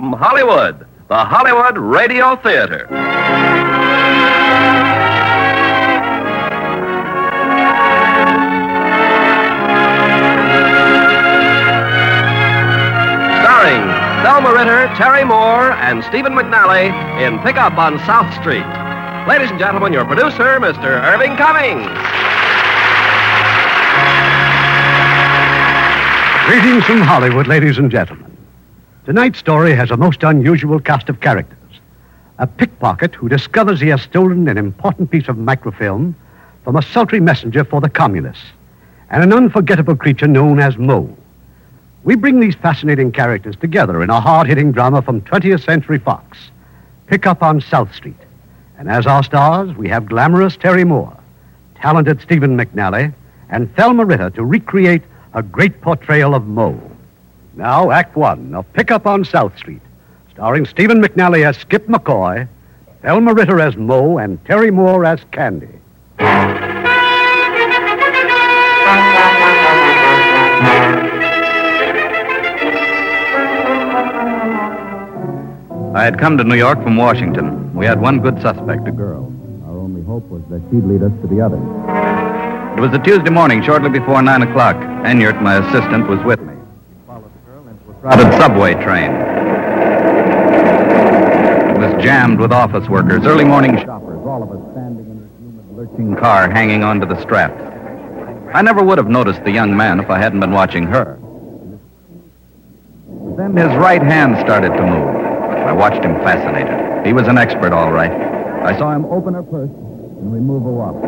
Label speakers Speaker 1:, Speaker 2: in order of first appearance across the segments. Speaker 1: From Hollywood, the Hollywood Radio Theater. Starring Thelma Ritter, Terry Moore, and Stephen McNally in Pickup on South Street. Ladies and gentlemen, your producer, Mr. Irving Cummings.
Speaker 2: Greetings from Hollywood, ladies and gentlemen. Tonight's story has a most unusual cast of characters. A pickpocket who discovers he has stolen an important piece of microfilm from a sultry messenger for the communists, and an unforgettable creature known as Moe. We bring these fascinating characters together in a hard hitting drama from 20th Century Fox, Pick Up on South Street. And as our stars, we have glamorous Terry Moore, talented Stephen McNally, and Thelma Ritter to recreate a great portrayal of Moe. Now, Act One of Pickup on South Street, starring Stephen McNally as Skip McCoy, Thelma Ritter as Moe, and Terry Moore as Candy.
Speaker 3: I had come to New York from Washington. We had one good suspect, a girl.
Speaker 4: Our only hope was that she'd lead us to the other.
Speaker 3: It was a Tuesday morning, shortly before 9 o'clock. Enyart, my assistant, was with me. Crowded subway train. It was jammed with office workers, early morning shoppers, all of us standing in this humid, lurching car hanging onto the strap. I never would have noticed the young man if I hadn't been watching her. Then his right hand started to move. I watched him fascinated. He was an expert, all right. I saw him open her purse and remove a wallet.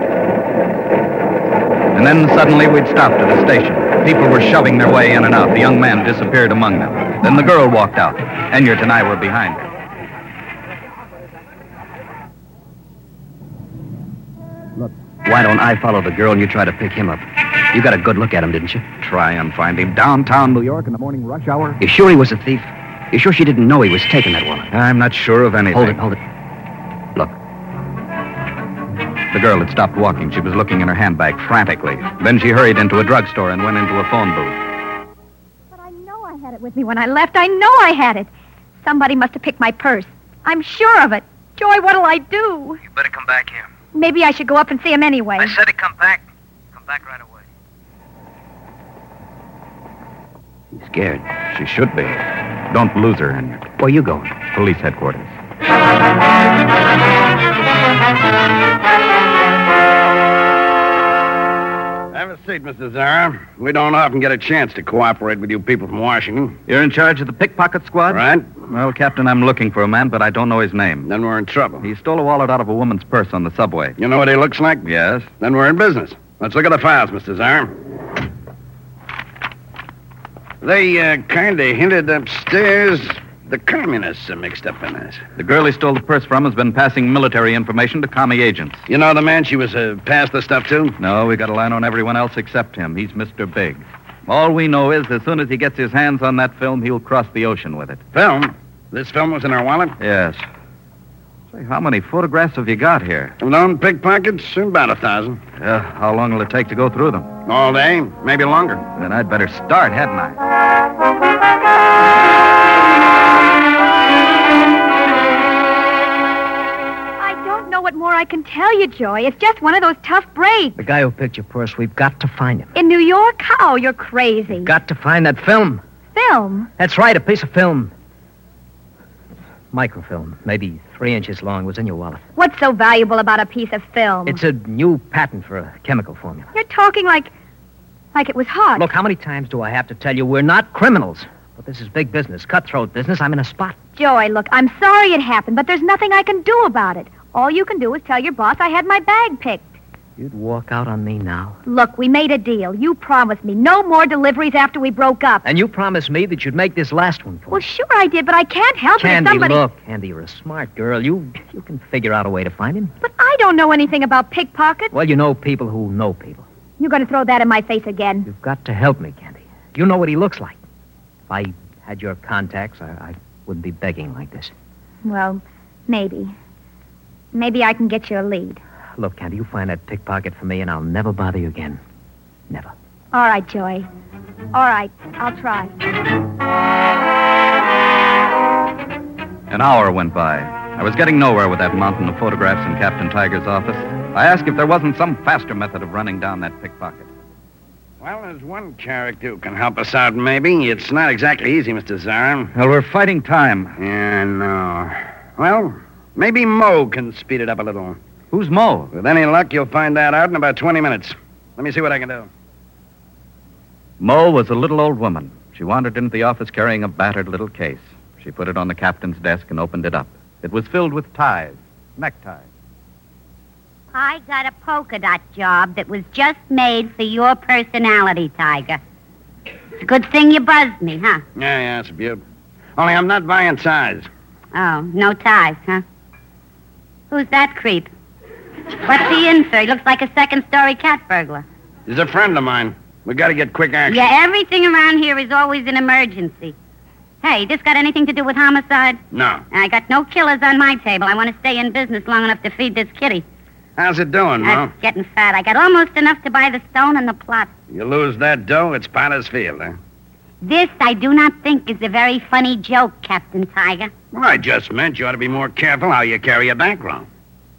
Speaker 3: And then suddenly we'd stopped at a station. People were shoving their way in and out. The young man disappeared among them. Then the girl walked out. Enyart and I were behind her.
Speaker 5: Why don't I follow the girl and you try to pick him up? You got a good look at him, didn't you?
Speaker 3: Try and find him downtown New York in the morning rush hour.
Speaker 5: You sure he was a thief? You sure she didn't know he was taking that woman?
Speaker 3: I'm not sure of anything.
Speaker 5: Hold it, hold it. Look,
Speaker 3: The girl had stopped walking. She was looking in her handbag frantically. Then she hurried into a drugstore and went into a phone booth.
Speaker 6: But I know I had it with me when I left. I know I had it. Somebody must have picked my purse. I'm sure of it. Joy, what'll I do?
Speaker 7: You better come back here.
Speaker 6: Maybe I should go up and see him anyway.
Speaker 7: I said to come back. Come back right away.
Speaker 5: he's scared.
Speaker 3: She should be. Don't lose her, Enyart.
Speaker 5: Where you going?
Speaker 3: Police headquarters.
Speaker 8: Have a seat, Mr. Zara. We don't often get a chance to cooperate with you people from Washington.
Speaker 3: You're in charge of the pickpocket squad?
Speaker 8: Right?
Speaker 3: Well, Captain, I'm looking for a man, but I don't know his name.
Speaker 8: Then we're in trouble.
Speaker 3: He stole a wallet out of a woman's purse on the subway.
Speaker 8: You know what he looks like?
Speaker 3: Yes?
Speaker 8: Then we're in business. Let's look at the files, Mr. Zara. They uh, kind of hinted upstairs the communists are mixed up in this.
Speaker 3: The girl he stole the purse from has been passing military information to commie agents.
Speaker 8: You know the man she was uh, passed the stuff to?
Speaker 3: No, we got a line on everyone else except him. He's Mr. Big. All we know is as soon as he gets his hands on that film, he'll cross the ocean with it.
Speaker 8: Film? This film was in our wallet?
Speaker 3: Yes. Say, how many photographs have you got here?
Speaker 8: Of known pickpockets? About a thousand.
Speaker 3: Uh, how long will it take to go through them?
Speaker 8: All day, maybe longer.
Speaker 3: Then I'd better start, hadn't I?
Speaker 6: I don't know what more I can tell you, Joy. It's just one of those tough breaks.
Speaker 5: The guy who picked your purse, we've got to find him.
Speaker 6: In New York? How? You're crazy.
Speaker 5: Got to find that film.
Speaker 6: film.
Speaker 9: That's right, a piece of film. Microfilm, maybe three inches long, was in your wallet.
Speaker 6: What's so valuable about a piece of film?
Speaker 9: It's a new patent for a chemical formula.
Speaker 6: You're talking like. like it was hot.
Speaker 9: Look, how many times do I have to tell you we're not criminals? But this is big business, cutthroat business. I'm in a spot.
Speaker 6: Joey, look, I'm sorry it happened, but there's nothing I can do about it. All you can do is tell your boss I had my bag picked.
Speaker 9: You'd walk out on me now.
Speaker 6: Look, we made a deal. You promised me no more deliveries after we broke up.
Speaker 9: And you promised me that you'd make this last one for
Speaker 6: Well, sure I did, but I can't help
Speaker 9: Candy,
Speaker 6: it if somebody...
Speaker 9: look, Candy, you're a smart girl. You you can figure out a way to find him.
Speaker 6: But I don't know anything about pickpockets.
Speaker 9: Well, you know people who know people.
Speaker 6: You're going to throw that in my face again.
Speaker 9: You've got to help me, Candy. You know what he looks like. If I had your contacts, I, I wouldn't be begging like this.
Speaker 6: Well, maybe. Maybe I can get you a lead.
Speaker 9: Look, Candy, you find that pickpocket for me, and I'll never bother you again. Never.
Speaker 6: All right, Joey. All right, I'll try.
Speaker 3: An hour went by. I was getting nowhere with that mountain of photographs in Captain Tiger's office. I asked if there wasn't some faster method of running down that pickpocket.
Speaker 8: Well, there's one character who can help us out, maybe. It's not exactly easy, Mr. Zarin.
Speaker 3: Well, we're fighting time.
Speaker 8: Yeah, no. Well, maybe Mo can speed it up a little.
Speaker 3: Who's Mo?
Speaker 8: With any luck, you'll find that out in about 20 minutes. Let me see what I can do.
Speaker 3: Mo was a little old woman. She wandered into the office carrying a battered little case. She put it on the captain's desk and opened it up. It was filled with ties, neckties.
Speaker 10: I got a polka dot job that was just made for your personality, Tiger. It's a good thing you buzzed me, huh?
Speaker 8: Yeah, yeah, it's a beaut. Only I'm not buying size.
Speaker 10: Oh, no ties, huh? Who's that creep? What's he in for? He looks like a second story cat burglar.
Speaker 8: He's a friend of mine. We gotta get quick action.
Speaker 10: Yeah, everything around here is always an emergency. Hey, this got anything to do with homicide?
Speaker 8: No.
Speaker 10: I got no killers on my table. I want to stay in business long enough to feed this kitty.
Speaker 8: How's it doing, Mo?
Speaker 10: That's getting fat. I got almost enough to buy the stone and the plot.
Speaker 8: You lose that dough, it's Potter's Field, eh? huh?
Speaker 10: This I do not think is a very funny joke, Captain Tiger.
Speaker 8: Well, I just meant you ought to be more careful how you carry your bankroll.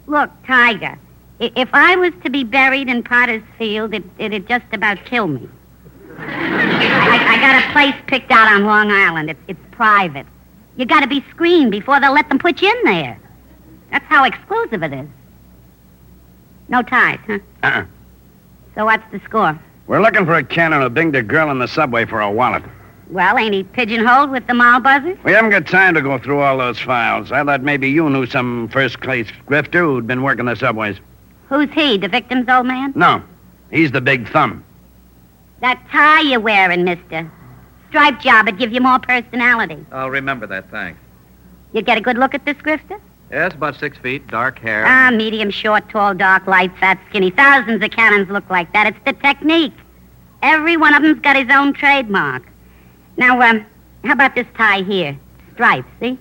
Speaker 10: Look, Tiger, i- if I was to be buried in Potter's Field, it, it'd just about kill me. I, I got a place picked out on Long Island. It's, it's private. You got to be screened before they'll let them put you in there. That's how exclusive it is. No ties, huh?
Speaker 8: Uh-uh.
Speaker 10: So what's the score?
Speaker 8: We're looking for a cannon who binged a girl in the subway for a wallet.
Speaker 10: Well, ain't he pigeonholed with the mall buzzers?
Speaker 8: We haven't got time to go through all those files. I thought maybe you knew some first-class grifter who'd been working the subways.
Speaker 10: Who's he, the victim's old man?
Speaker 8: No, he's the big thumb.
Speaker 10: That tie you're wearing, mister. Stripe job would give you more personality.
Speaker 3: I'll remember that, thanks.
Speaker 10: You'd get a good look at this grifter?
Speaker 3: Yes, about six feet, dark hair.
Speaker 10: Ah, medium, short, tall, dark, light, fat, skinny. Thousands of cannons look like that. It's the technique. Every one of them's got his own trademark. Now, um, how about this tie here? Stripes, see?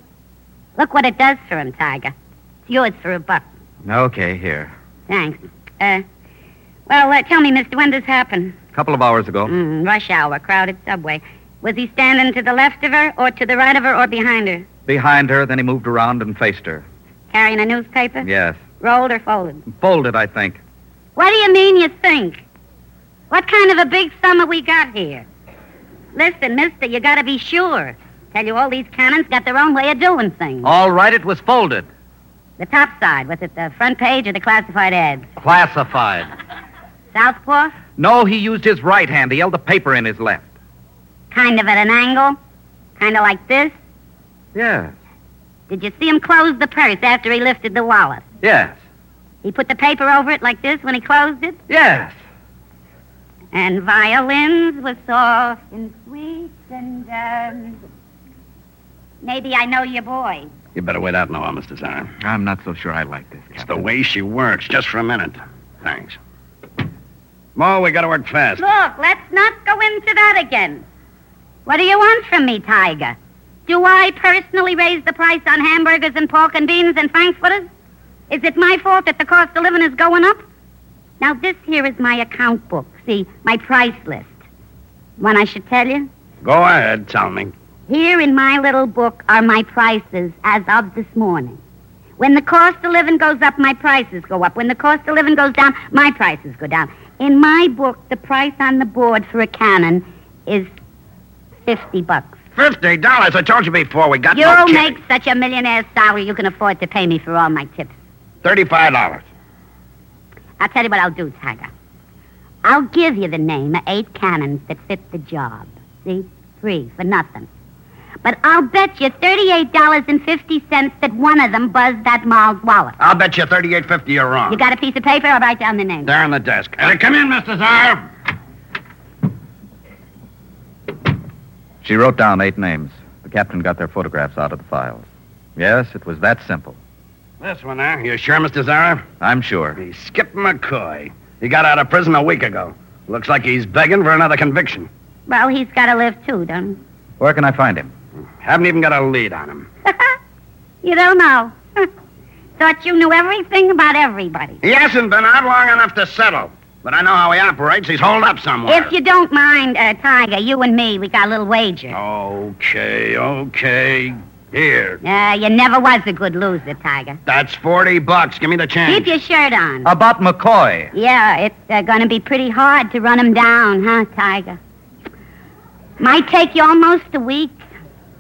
Speaker 10: Look what it does for him, Tiger. It's yours for a buck.
Speaker 3: Okay, here.
Speaker 10: Thanks. Uh, well, uh, tell me, mister, when this happened?
Speaker 3: A couple of hours ago.
Speaker 10: Mm, rush hour, crowded subway. Was he standing to the left of her, or to the right of her, or behind her?
Speaker 3: Behind her, then he moved around and faced her.
Speaker 10: Carrying a newspaper?
Speaker 3: Yes.
Speaker 10: Rolled or folded?
Speaker 3: Folded, I think.
Speaker 10: What do you mean you think? What kind of a big summer we got here? Listen, mister, you gotta be sure. Tell you all these cannons got their own way of doing things.
Speaker 3: All right, it was folded.
Speaker 10: The top side, was it the front page or the classified ads?
Speaker 3: Classified.
Speaker 10: Southpaw?
Speaker 3: No, he used his right hand. He held the paper in his left.
Speaker 10: Kind of at an angle? Kind of like this?
Speaker 3: Yes.
Speaker 10: Did you see him close the purse after he lifted the wallet?
Speaker 3: Yes.
Speaker 10: He put the paper over it like this when he closed it?
Speaker 3: Yes.
Speaker 10: And violins were soft and sweet and, um... Maybe I know your boy.
Speaker 8: You better wait out an hour, Mr. Zahn.
Speaker 3: I'm not so sure I like this.
Speaker 8: It's the way she works, just for a minute. Thanks. Mo, we gotta work fast.
Speaker 10: Look, let's not go into that again. What do you want from me, Tiger? Do I personally raise the price on hamburgers and pork and beans and frankfurters? Is it my fault that the cost of living is going up? Now, this here is my account book. See, my price list. One I should tell you?
Speaker 8: Go ahead, tell me.
Speaker 10: Here in my little book are my prices as of this morning. When the cost of living goes up, my prices go up. When the cost of living goes down, my prices go down. In my book, the price on the board for a cannon is Fifty bucks.
Speaker 8: Fifty dollars. I told you before. We got
Speaker 10: You'll
Speaker 8: no kid.
Speaker 10: make such a millionaire's salary you can afford to pay me for all my tips.
Speaker 8: Thirty-five dollars.
Speaker 10: I'll tell you what I'll do, Tiger. I'll give you the name of eight cannons that fit the job. See? Free, for nothing. But I'll bet you $38.50 that one of them buzzed that Miles' wallet.
Speaker 8: I'll bet you thirty-eight fifty. You're wrong.
Speaker 10: You got a piece of paper? I'll write down the name.
Speaker 8: There on the desk. Uh, come in, Mr. Zarb.
Speaker 3: She wrote down eight names. The captain got their photographs out of the files. Yes, it was that simple.
Speaker 8: This one, huh? You sure, Mr. Zarb?
Speaker 3: I'm sure.
Speaker 8: He's Skip McCoy. He got out of prison a week ago. Looks like he's begging for another conviction.
Speaker 10: Well, he's got to live too, don't he?
Speaker 3: Where can I find him?
Speaker 8: Haven't even got a lead on him.
Speaker 10: You don't know. Thought you knew everything about everybody.
Speaker 8: He hasn't been out long enough to settle. But I know how he operates. He's holed up somewhere.
Speaker 10: If you don't mind, uh, Tiger, you and me, we got a little wager.
Speaker 8: Okay, okay. Here.
Speaker 10: Uh, you never was a good loser, Tiger.
Speaker 8: That's 40 bucks. Give me the
Speaker 10: Keep
Speaker 8: change.
Speaker 10: your shirt on.
Speaker 3: About McCoy.
Speaker 10: Yeah, it's uh, going to be pretty hard to run him down, huh, Tiger? Might take you almost a week.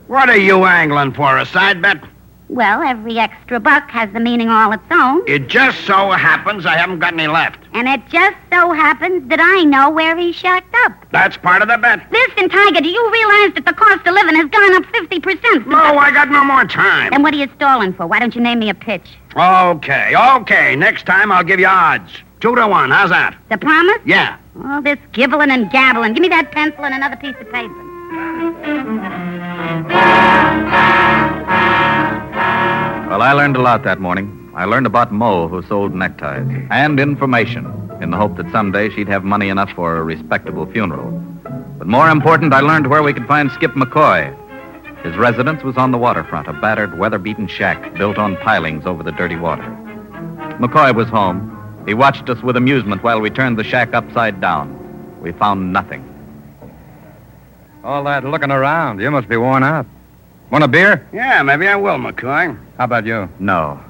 Speaker 8: What are you angling for, a side bet?
Speaker 10: Well, every extra buck has the meaning all its own,
Speaker 8: It just so happens I haven't got any left.
Speaker 10: and it just so happens that I know where he's shacked up.
Speaker 8: That's part of the bet.
Speaker 10: Listen, Tiger, do you realize that the cost of living has gone up 50%?
Speaker 8: No, I got no more time.
Speaker 10: Then what are you stalling for? Why don't you name me a pitch?
Speaker 8: Okay, okay. Next time I'll give you odds. Two to one. How's that?
Speaker 10: The promise?
Speaker 8: Yeah.
Speaker 10: All this gibbling and gabbling. Give me that pencil and another piece of paper.
Speaker 3: Well, I learned a lot that morning. I learned about Mo, who sold neckties, and information, in the hope that someday she'd have money enough for a respectable funeral. But more important, I learned where we could find Skip McCoy. His residence was on the waterfront, a battered, weather beaten shack built on pilings over the dirty water. McCoy was home. He watched us with amusement while we turned the shack upside down. We found nothing.
Speaker 4: All that looking around. You must be worn out. Want a beer?
Speaker 8: Yeah, maybe I will, McCoy.
Speaker 4: How about you?
Speaker 3: No.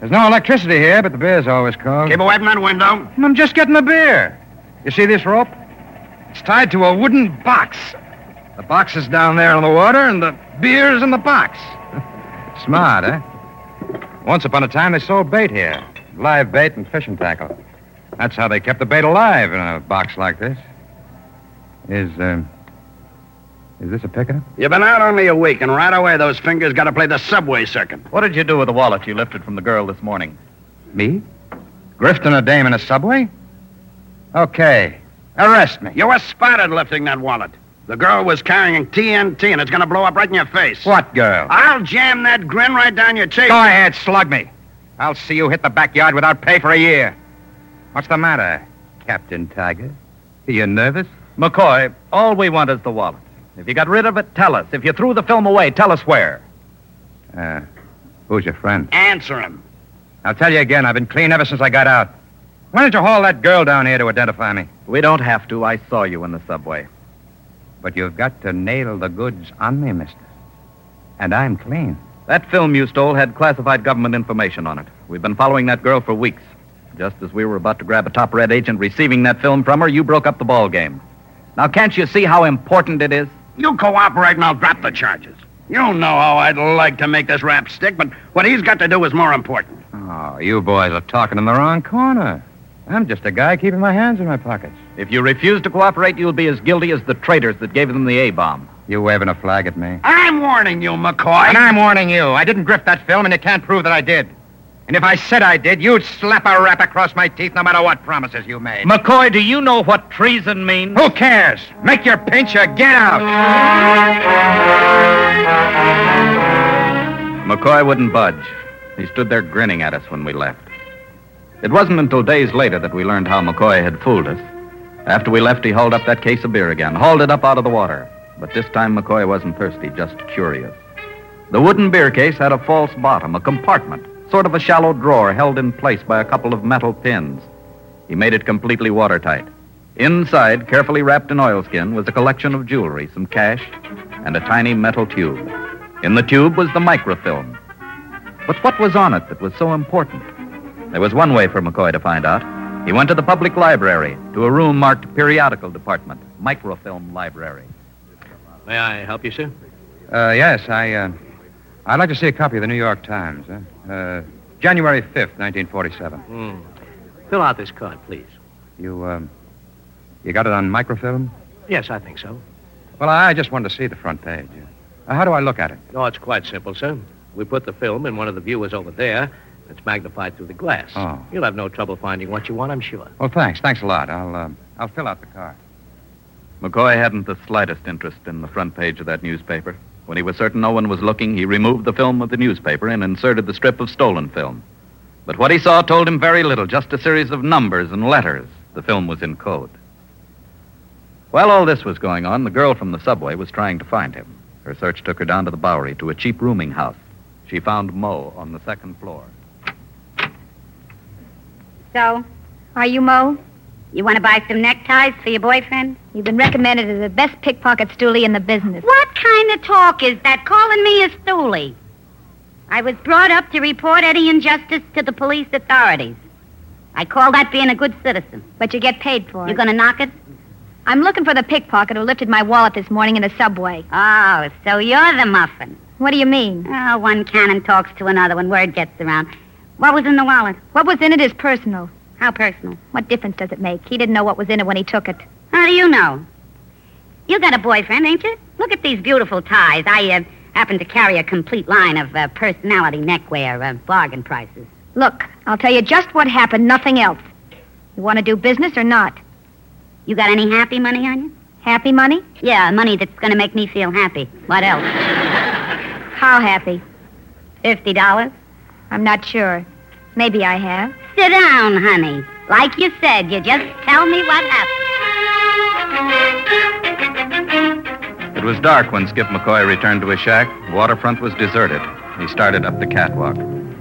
Speaker 4: There's no electricity here, but the beer's always cold.
Speaker 8: Keep away from that window.
Speaker 4: And I'm just getting a beer. You see this rope? It's tied to a wooden box. The box is down there in the water, and the beer is in the box. Smart, eh? Once upon a time, they sold bait here live bait and fishing tackle. That's how they kept the bait alive in a box like this. Is, uh, is this a pickup?
Speaker 8: You've been out only a week, and right away those fingers got to play the subway circuit.
Speaker 3: What did you do with the wallet you lifted from the girl this morning?
Speaker 4: Me? Grifting a dame in a subway? Okay. Arrest me.
Speaker 8: You were spotted lifting that wallet. The girl was carrying TNT, and it's going to blow up right in your face.
Speaker 4: What girl?
Speaker 8: I'll jam that grin right down your cheek.
Speaker 4: Go ahead, slug me. I'll see you hit the backyard without pay for a year. What's the matter, Captain Tiger? Are you nervous?
Speaker 3: McCoy, all we want is the wallet. If you got rid of it, tell us. If you threw the film away, tell us where.
Speaker 4: Uh, who's your friend?
Speaker 8: Answer him.
Speaker 4: I'll tell you again. I've been clean ever since I got out. Why don't you haul that girl down here to identify me?
Speaker 3: We don't have to. I saw you in the subway.
Speaker 4: But you've got to nail the goods on me, mister. And I'm clean.
Speaker 3: That film you stole had classified government information on it. We've been following that girl for weeks. Just as we were about to grab a top red agent receiving that film from her, you broke up the ball game. Now, can't you see how important it is?
Speaker 8: You cooperate, and I'll drop the charges. You know how I'd like to make this rap stick, but what he's got to do is more important.
Speaker 4: Oh, you boys are talking in the wrong corner. I'm just a guy keeping my hands in my pockets.
Speaker 3: If you refuse to cooperate, you'll be as guilty as the traitors that gave them the A bomb.
Speaker 4: You waving a flag at me.
Speaker 8: I'm warning you, McCoy.
Speaker 4: And I'm warning you, I didn't grip that film, and you can't prove that I did. And if I said I did, you'd slap a rap across my teeth no matter what promises you made.
Speaker 3: McCoy, do you know what treason means?
Speaker 4: Who cares? Make your pinch or get out.
Speaker 3: McCoy wouldn't budge. He stood there grinning at us when we left. It wasn't until days later that we learned how McCoy had fooled us. After we left, he hauled up that case of beer again, hauled it up out of the water. But this time, McCoy wasn't thirsty, just curious. The wooden beer case had a false bottom, a compartment, sort of a shallow drawer held in place by a couple of metal pins. He made it completely watertight. Inside, carefully wrapped in oilskin, was a collection of jewelry, some cash, and a tiny metal tube. In the tube was the microfilm. But what was on it that was so important? There was one way for McCoy to find out. He went to the public library, to a room marked Periodical Department, Microfilm Library.
Speaker 11: May I help you, sir?
Speaker 4: Uh, yes, I, uh, I'd like to see a copy of the New York Times. Uh, uh, January 5th, 1947.
Speaker 11: Hmm. Fill out this card, please.
Speaker 4: You, um, you got it on microfilm?
Speaker 11: Yes, I think so.
Speaker 4: Well, I just wanted to see the front page. Uh, how do I look at it?
Speaker 11: Oh, it's quite simple, sir. We put the film in one of the viewers over there. It's magnified through the glass.
Speaker 4: Oh.
Speaker 11: You'll have no trouble finding what you want, I'm sure.
Speaker 4: Well, thanks. Thanks a lot. I'll,
Speaker 3: uh,
Speaker 4: um, I'll fill out the card.
Speaker 3: McCoy hadn't the slightest interest in the front page of that newspaper. When he was certain no one was looking, he removed the film of the newspaper and inserted the strip of stolen film. But what he saw told him very little, just a series of numbers and letters. The film was in code. While all this was going on, the girl from the subway was trying to find him. Her search took her down to the Bowery to a cheap rooming house. She found Moe on the second floor.
Speaker 10: So,
Speaker 6: Are you Mo?
Speaker 10: you want to buy some neckties for your boyfriend?
Speaker 6: You've been recommended as the best pickpocket stoolie in the business.
Speaker 10: What kind of talk is that calling me a stoolie? I was brought up to report any injustice to the police authorities. I call that being a good citizen.
Speaker 6: But you get paid for it.
Speaker 10: You're going to knock it?
Speaker 6: I'm looking for the pickpocket who lifted my wallet this morning in the subway.
Speaker 10: Oh, so you're the muffin.
Speaker 6: What do you mean?
Speaker 10: Oh, one cannon talks to another when word gets around. What was in the wallet?
Speaker 6: What was in it is personal.
Speaker 10: How personal?
Speaker 6: What difference does it make? He didn't know what was in it when he took it.
Speaker 10: How do you know? You got a boyfriend, ain't you? Look at these beautiful ties. I uh, happen to carry a complete line of uh, personality neckwear, uh, bargain prices.
Speaker 6: Look, I'll tell you just what happened, nothing else. You want to do business or not?
Speaker 10: You got any happy money on you?
Speaker 6: Happy money?
Speaker 10: Yeah, money that's going to make me feel happy. What else?
Speaker 6: How happy?
Speaker 10: Fifty dollars?
Speaker 6: I'm not sure. Maybe I have.
Speaker 10: Sit down, honey. Like you said, you just tell me what happened.
Speaker 3: It was dark when Skip McCoy returned to his shack. The waterfront was deserted. He started up the catwalk.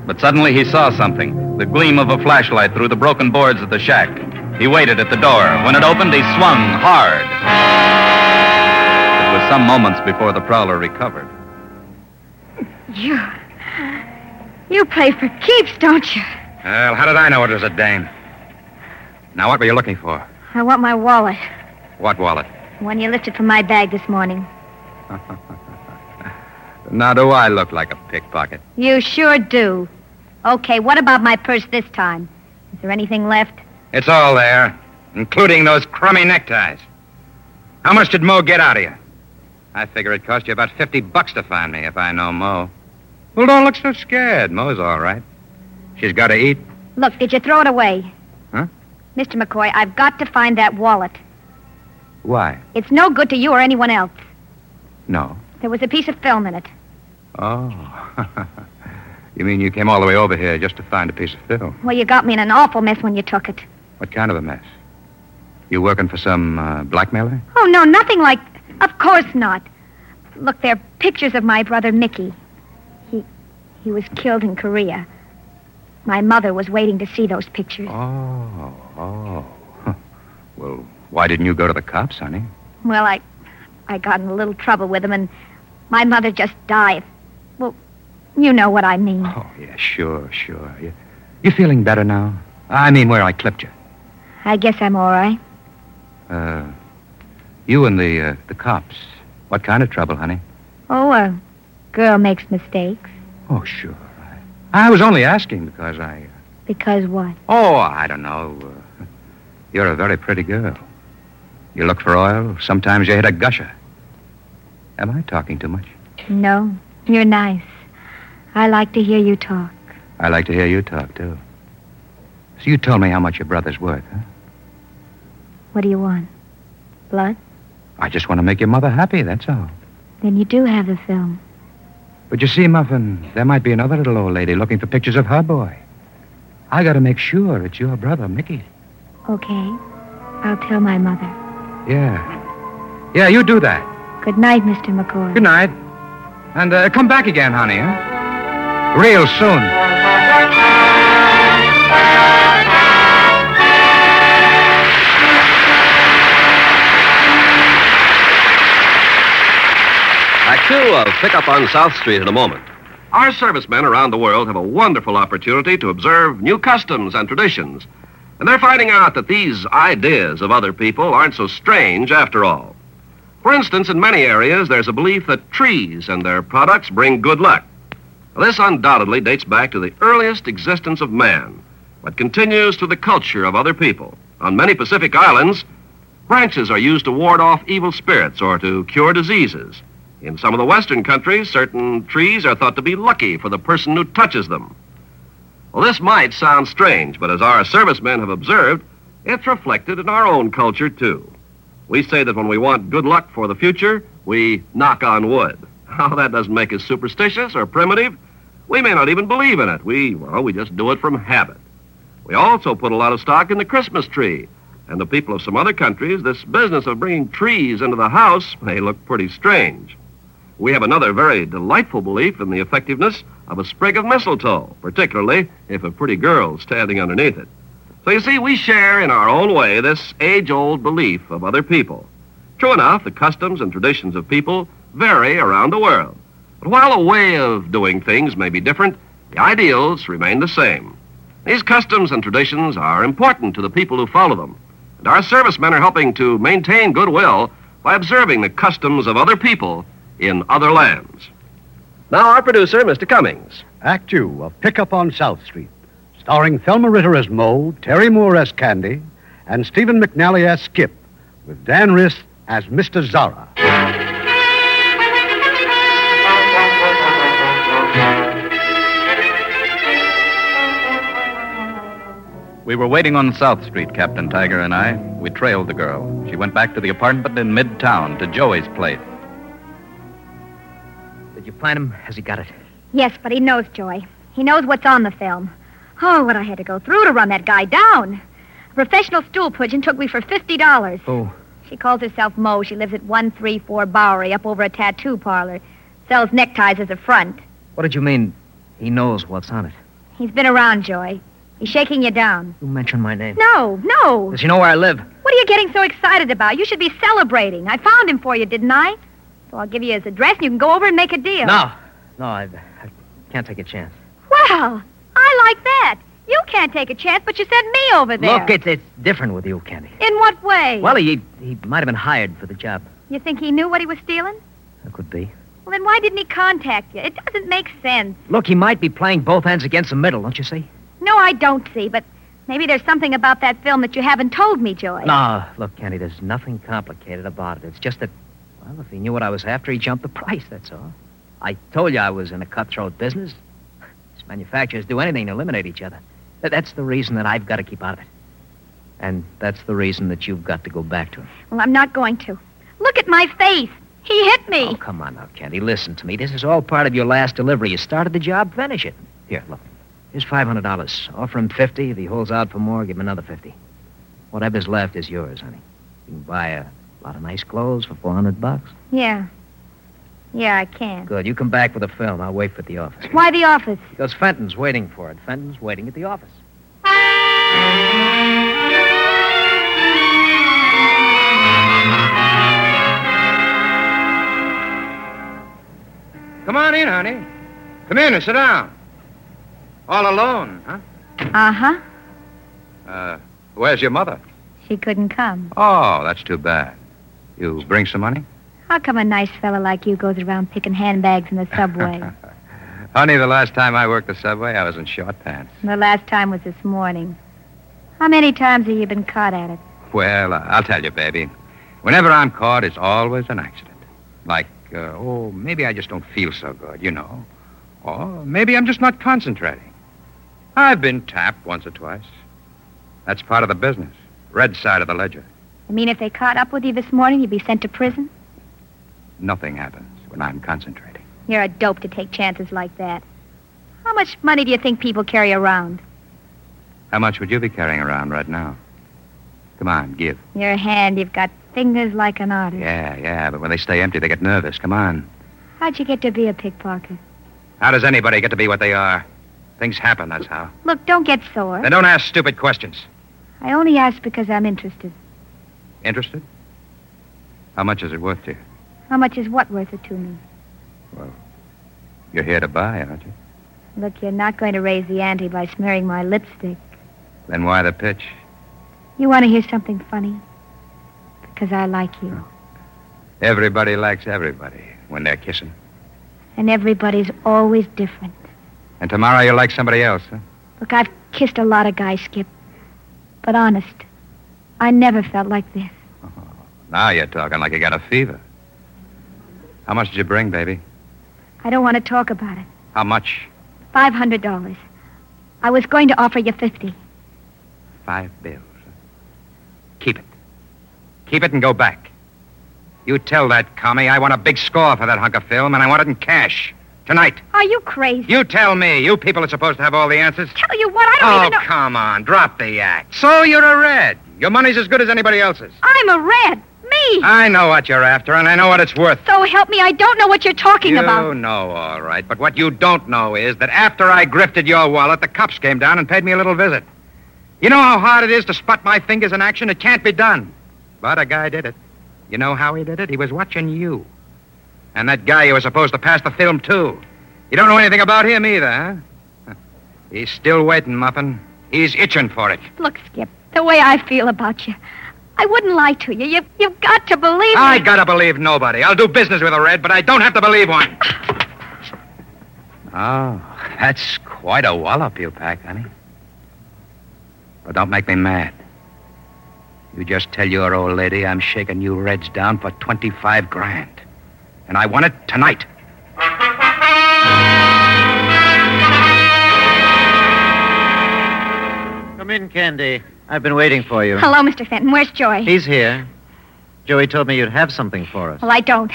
Speaker 3: But suddenly he saw something the gleam of a flashlight through the broken boards of the shack. He waited at the door. When it opened, he swung hard. It was some moments before the prowler recovered.
Speaker 6: You. You play for keeps, don't you?
Speaker 4: Well, how did I know it was a dame? Now, what were you looking for?
Speaker 6: I want my wallet.
Speaker 4: What wallet?
Speaker 6: The one you lifted from my bag this morning.
Speaker 4: Now, do I look like a pickpocket?
Speaker 6: You sure do. Okay, what about my purse this time? Is there anything left?
Speaker 4: It's all there, including those crummy neckties. How much did Mo get out of you? I figure it cost you about 50 bucks to find me if I know Mo. Well, don't look so scared. Mo's all right. She's got to eat.
Speaker 6: Look, did you throw it away?
Speaker 4: Huh?
Speaker 6: Mr. McCoy, I've got to find that wallet.
Speaker 4: Why?
Speaker 6: It's no good to you or anyone else.
Speaker 4: No.
Speaker 6: There was a piece of film in it.
Speaker 4: Oh. you mean you came all the way over here just to find a piece of film?
Speaker 6: Well, you got me in an awful mess when you took it.
Speaker 4: What kind of a mess? You working for some uh, blackmailer?
Speaker 6: Oh, no, nothing like. Of course not. Look, they're pictures of my brother Mickey. He, he was killed in Korea. My mother was waiting to see those pictures.
Speaker 4: Oh, oh. Huh. Well, why didn't you go to the cops, honey?
Speaker 6: Well, I, I got in a little trouble with him, and my mother just died. Well, you know what I mean.
Speaker 4: Oh, yeah, sure, sure. You, you feeling better now? I mean, where I clipped you.
Speaker 6: I guess I'm all right.
Speaker 4: Uh, you and the uh, the cops. What kind of trouble, honey?
Speaker 6: Oh, a girl makes mistakes.
Speaker 4: Oh, sure. I, I was only asking because I.
Speaker 6: Because what?
Speaker 4: Oh, I don't know. Uh, you're a very pretty girl. You look for oil. Sometimes you hit a gusher. Am I talking too much?
Speaker 6: No, you're nice. I like to hear you talk.
Speaker 4: I like to hear you talk too. So you told me how much your brother's worth, huh?
Speaker 6: What do you want? Blood?
Speaker 4: I just want to make your mother happy. That's all.
Speaker 6: Then you do have the film.
Speaker 4: But you see, Muffin, there might be another little old lady looking for pictures of her boy. I got to make sure it's your brother, Mickey.
Speaker 6: Okay. I'll tell my mother.
Speaker 4: Yeah. Yeah, you do that.
Speaker 6: Good night, Mr. McCoy.
Speaker 4: Good night. And uh, come back again, honey, huh? Real soon.
Speaker 1: Act two of Pick Up on South Street in a moment. Our servicemen around the world have a wonderful opportunity to observe new customs and traditions. And they're finding out that these ideas of other people aren't so strange after all. For instance, in many areas, there's a belief that trees and their products bring good luck. This undoubtedly dates back to the earliest existence of man, but continues through the culture of other people. On many Pacific islands, branches are used to ward off evil spirits or to cure diseases. In some of the western countries, certain trees are thought to be lucky for the person who touches them. Well, this might sound strange, but as our servicemen have observed, it's reflected in our own culture, too. We say that when we want good luck for the future, we knock on wood. Now, that doesn't make us superstitious or primitive. We may not even believe in it. We, well, we just do it from habit. We also put a lot of stock in the Christmas tree. And the people of some other countries, this business of bringing trees into the house may look pretty strange. We have another very delightful belief in the effectiveness of a sprig of mistletoe, particularly if a pretty girl's standing underneath it. So you see, we share in our own way this age-old belief of other people. True enough, the customs and traditions of people vary around the world. But while a way of doing things may be different, the ideals remain the same. These customs and traditions are important to the people who follow them. And our servicemen are helping to maintain goodwill by observing the customs of other people in other lands. Now, our producer, Mr. Cummings.
Speaker 2: Act Two of Pickup on South Street, starring Thelma Ritter as Moe, Terry Moore as Candy, and Stephen McNally as Skip, with Dan Riss as Mr. Zara.
Speaker 3: We were waiting on South Street, Captain Tiger and I. We trailed the girl. She went back to the apartment in Midtown to Joey's place.
Speaker 9: Did you plan him? Has he got it?
Speaker 6: Yes, but he knows, Joy. He knows what's on the film. Oh, what I had to go through to run that guy down. A professional stool pigeon took me for $50.
Speaker 9: Oh,
Speaker 6: She calls herself Mo. She lives at 134 Bowery, up over a tattoo parlor. Sells neckties as a front.
Speaker 9: what did you mean? He knows what's on it.
Speaker 6: He's been around, Joy. He's shaking you down.
Speaker 9: You mentioned my name.
Speaker 6: No, no.
Speaker 9: Does he know where I live?
Speaker 6: What are you getting so excited about? You should be celebrating. I found him for you, didn't I? So I'll give you his address and you can go over and make a deal.
Speaker 9: No. No, I, I can't take a chance.
Speaker 6: Well, I like that. You can't take a chance, but you sent me over there.
Speaker 9: Look, it's, it's different with you, Candy.
Speaker 6: In what way?
Speaker 9: Well, he, he might have been hired for the job.
Speaker 6: You think he knew what he was stealing?
Speaker 9: That could be.
Speaker 6: Well, then why didn't he contact you? It doesn't make sense.
Speaker 9: Look, he might be playing both ends against the middle, don't you see?
Speaker 6: No, I don't see, but maybe there's something about that film that you haven't told me, Joy.
Speaker 9: No, look, Candy, there's nothing complicated about it. It's just that, well, if he knew what I was after, he jumped the price, that's all. I told you I was in a cutthroat business. These manufacturers do anything to eliminate each other. Th- That's the reason that I've got to keep out of it. And that's the reason that you've got to go back to him.
Speaker 6: Well, I'm not going to. Look at my face. He hit me.
Speaker 9: Oh, come on now, Candy. Listen to me. This is all part of your last delivery. You started the job, finish it. Here, look. Here's five hundred dollars. Offer him fifty. If he holds out for more, give him another fifty. Whatever's left is yours, honey. You can buy a lot of nice clothes for four hundred bucks.
Speaker 6: Yeah. Yeah, I can.
Speaker 9: Good. You come back with a film. I'll wait for it at the office.
Speaker 6: Why the office?
Speaker 9: Because Fenton's waiting for it. Fenton's waiting at the office.
Speaker 4: Come on in, honey. Come in and sit down. All alone, huh?
Speaker 6: Uh huh.
Speaker 3: Uh, where's your mother?
Speaker 6: She couldn't come.
Speaker 3: Oh, that's too bad. You bring some money?
Speaker 6: How come a nice fella like you goes around picking handbags in the subway?
Speaker 3: Honey, the last time I worked the subway, I was in short pants.
Speaker 6: the last time was this morning. How many times have you been caught at it?
Speaker 3: Well, uh, I'll tell you, baby. Whenever I'm caught, it's always an accident. Like, uh, oh, maybe I just don't feel so good, you know. Or maybe I'm just not concentrating. I've been tapped once or twice. That's part of the business. Red side of the ledger.
Speaker 6: I mean, if they caught up with you this morning, you'd be sent to prison?
Speaker 3: Nothing happens when I'm concentrating.
Speaker 6: You're a dope to take chances like that. How much money do you think people carry around?
Speaker 3: How much would you be carrying around right now? Come on, give.
Speaker 6: Your hand, you've got fingers like an artist.
Speaker 3: Yeah, yeah, but when they stay empty, they get nervous. Come on.
Speaker 6: How'd you get to be a pickpocket?
Speaker 3: How does anybody get to be what they are? Things happen, that's how.
Speaker 6: Look, don't get sore.
Speaker 3: Then don't ask stupid questions.
Speaker 6: I only ask because I'm interested.
Speaker 3: Interested? How much is it worth to you?
Speaker 6: How much is what worth it to me?
Speaker 3: You're here to buy, aren't you?
Speaker 6: Look, you're not going to raise the ante by smearing my lipstick.
Speaker 3: Then why the pitch?
Speaker 6: You want to hear something funny? Because I like you.
Speaker 4: Everybody likes everybody when they're kissing.
Speaker 6: And everybody's always different.
Speaker 4: And tomorrow you'll like somebody else, huh?
Speaker 6: Look, I've kissed a lot of guys, Skip. But honest, I never felt like this.
Speaker 4: Now you're talking like you got a fever. How much did you bring, baby?
Speaker 6: I don't want to talk about it.
Speaker 4: How much?
Speaker 6: Five hundred dollars. I was going to offer you fifty.
Speaker 4: Five bills. Keep it. Keep it and go back. You tell that commie I want a big score for that hunk of film, and I want it in cash. Tonight.
Speaker 6: Are you crazy?
Speaker 4: You tell me. You people are supposed to have all the answers.
Speaker 6: Tell you what, I don't
Speaker 4: oh,
Speaker 6: even know.
Speaker 4: come on. Drop the act. So you're a red. Your money's as good as anybody else's.
Speaker 6: I'm a red. Me.
Speaker 4: I know what you're after, and I know what it's worth.
Speaker 6: so help me, I don't know what you're talking
Speaker 4: you
Speaker 6: about.
Speaker 4: know, all right. But what you don't know is that after I grifted your wallet, the cops came down and paid me a little visit. You know how hard it is to spot my fingers in action? It can't be done. But a guy did it. You know how he did it? He was watching you. And that guy you were supposed to pass the film to. You don't know anything about him either, huh? He's still waiting, Muffin. He's itching for it.
Speaker 6: Look, Skip, the way I feel about you, I wouldn't lie to you. You've, you've got to believe
Speaker 4: I
Speaker 6: me.
Speaker 4: gotta believe nobody. I'll do business with a red, but I don't have to believe one. Oh, that's quite a wallop you pack, honey. But don't make me mad. You just tell your old lady I'm shaking you reds down for 25 grand. And I want it tonight.
Speaker 12: Come in, Candy. I've been waiting for you.
Speaker 6: Hello, Mr. Fenton. Where's Joy?
Speaker 12: He's here. Joey told me you'd have something for us.
Speaker 6: Well, I don't.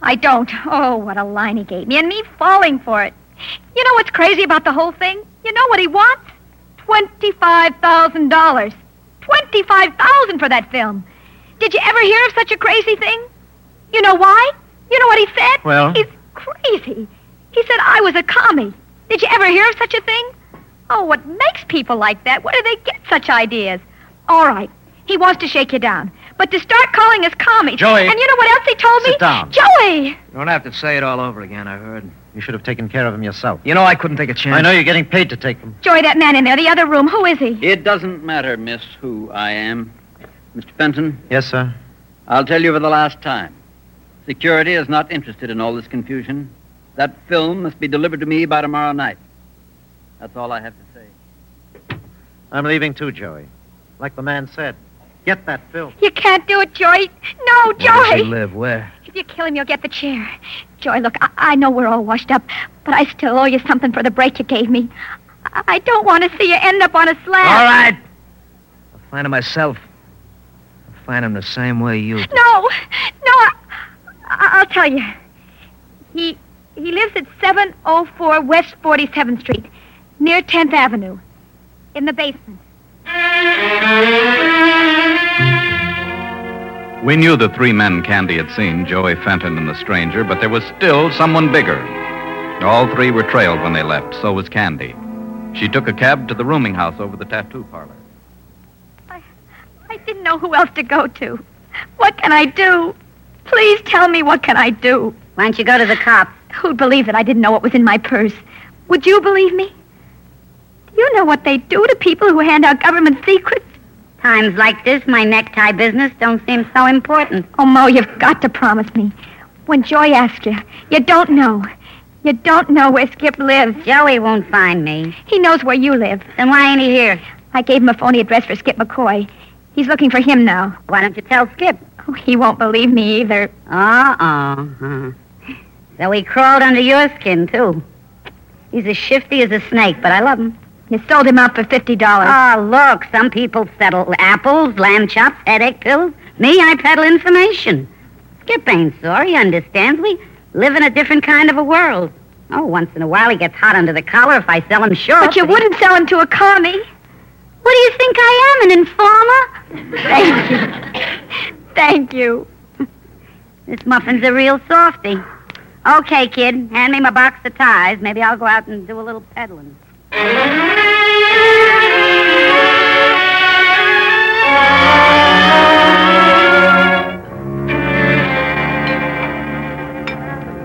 Speaker 6: I don't. Oh, what a line he gave me, and me falling for it. You know what's crazy about the whole thing? You know what he wants? Twenty-five thousand dollars. Twenty-five thousand for that film. Did you ever hear of such a crazy thing? You know why? You know what he said?
Speaker 12: Well?
Speaker 6: he's crazy. He said I was a commie. Did you ever hear of such a thing? Oh, what makes people like that? Where do they get such ideas? All right, he wants to shake you down, but to start calling us commies.
Speaker 12: Joey.
Speaker 6: And you know what else he told me?
Speaker 12: Sit down.
Speaker 6: Joey.
Speaker 12: You don't have to say it all over again, I heard. You should have taken care of him yourself.
Speaker 13: You know I couldn't take a chance.
Speaker 12: I know you're getting paid to take them.
Speaker 6: Joey, that man in there, the other room. Who is he?
Speaker 13: It doesn't matter, miss, who I am. Mr. Fenton,
Speaker 12: Yes, sir.
Speaker 13: I'll tell you for the last time. Security is not interested in all this confusion. That film must be delivered to me by tomorrow night. That's all I have to say.
Speaker 12: I'm leaving too, Joey. Like the man said, get that film.
Speaker 6: You can't do it, Joey. No,
Speaker 12: Where does he
Speaker 6: Joey.
Speaker 12: live? Where?
Speaker 6: If you kill him, you'll get the chair. Joey, look, I, I know we're all washed up, but I still owe you something for the break you gave me. I, I don't want to see you end up on a slab.
Speaker 9: All right. I'll find him myself. I'll find him the same way you did.
Speaker 6: No, no, I, I- I'll tell you. He he lives at 704 West 47th Street, near 10th Avenue, in the basement.
Speaker 3: We knew the three men Candy had seen, Joey Fenton and the stranger, but there was still someone bigger. All three were trailed when they left, so was Candy. She took a cab to the rooming house over the tattoo parlor.
Speaker 6: I didn't know who else to go to. What can I do? Please tell me what can I do.
Speaker 10: Why don't you go to the cops?
Speaker 6: Who'd believe that I didn't know what was in my purse? Would you believe me? Do you know what they do to people who hand out government secrets?
Speaker 10: Times like this, my necktie business don't seem so important.
Speaker 6: Oh, Mo, you've got to promise me. When Joy asks you, you don't know. You don't know where Skip lives.
Speaker 10: Joey won't find me.
Speaker 6: He knows where you live.
Speaker 10: Then why ain't he here?
Speaker 6: I gave him a phony address for Skip McCoy. He's looking for him now.
Speaker 10: Why don't you tell Skip? Uh-uh.
Speaker 6: Oh, he won't believe me either.
Speaker 10: Uh-oh. So he crawled under your skin, too. He's as shifty as a snake, but I love him.
Speaker 6: You sold him out for $50.
Speaker 10: Oh, look, some people settle apples, lamb chops, headache pills. Me, I peddle information. Skip ain't sorry. He understands. We live in a different kind of a world. Oh, once in a while he gets hot under the collar if I sell him short.
Speaker 6: But you wouldn't sell him to a commie.
Speaker 10: What do you think I am, an informer?
Speaker 6: Thank you. Thank you.
Speaker 10: This muffin's a real softy. Okay, kid, hand me my box of ties. Maybe I'll go out and do a little peddling.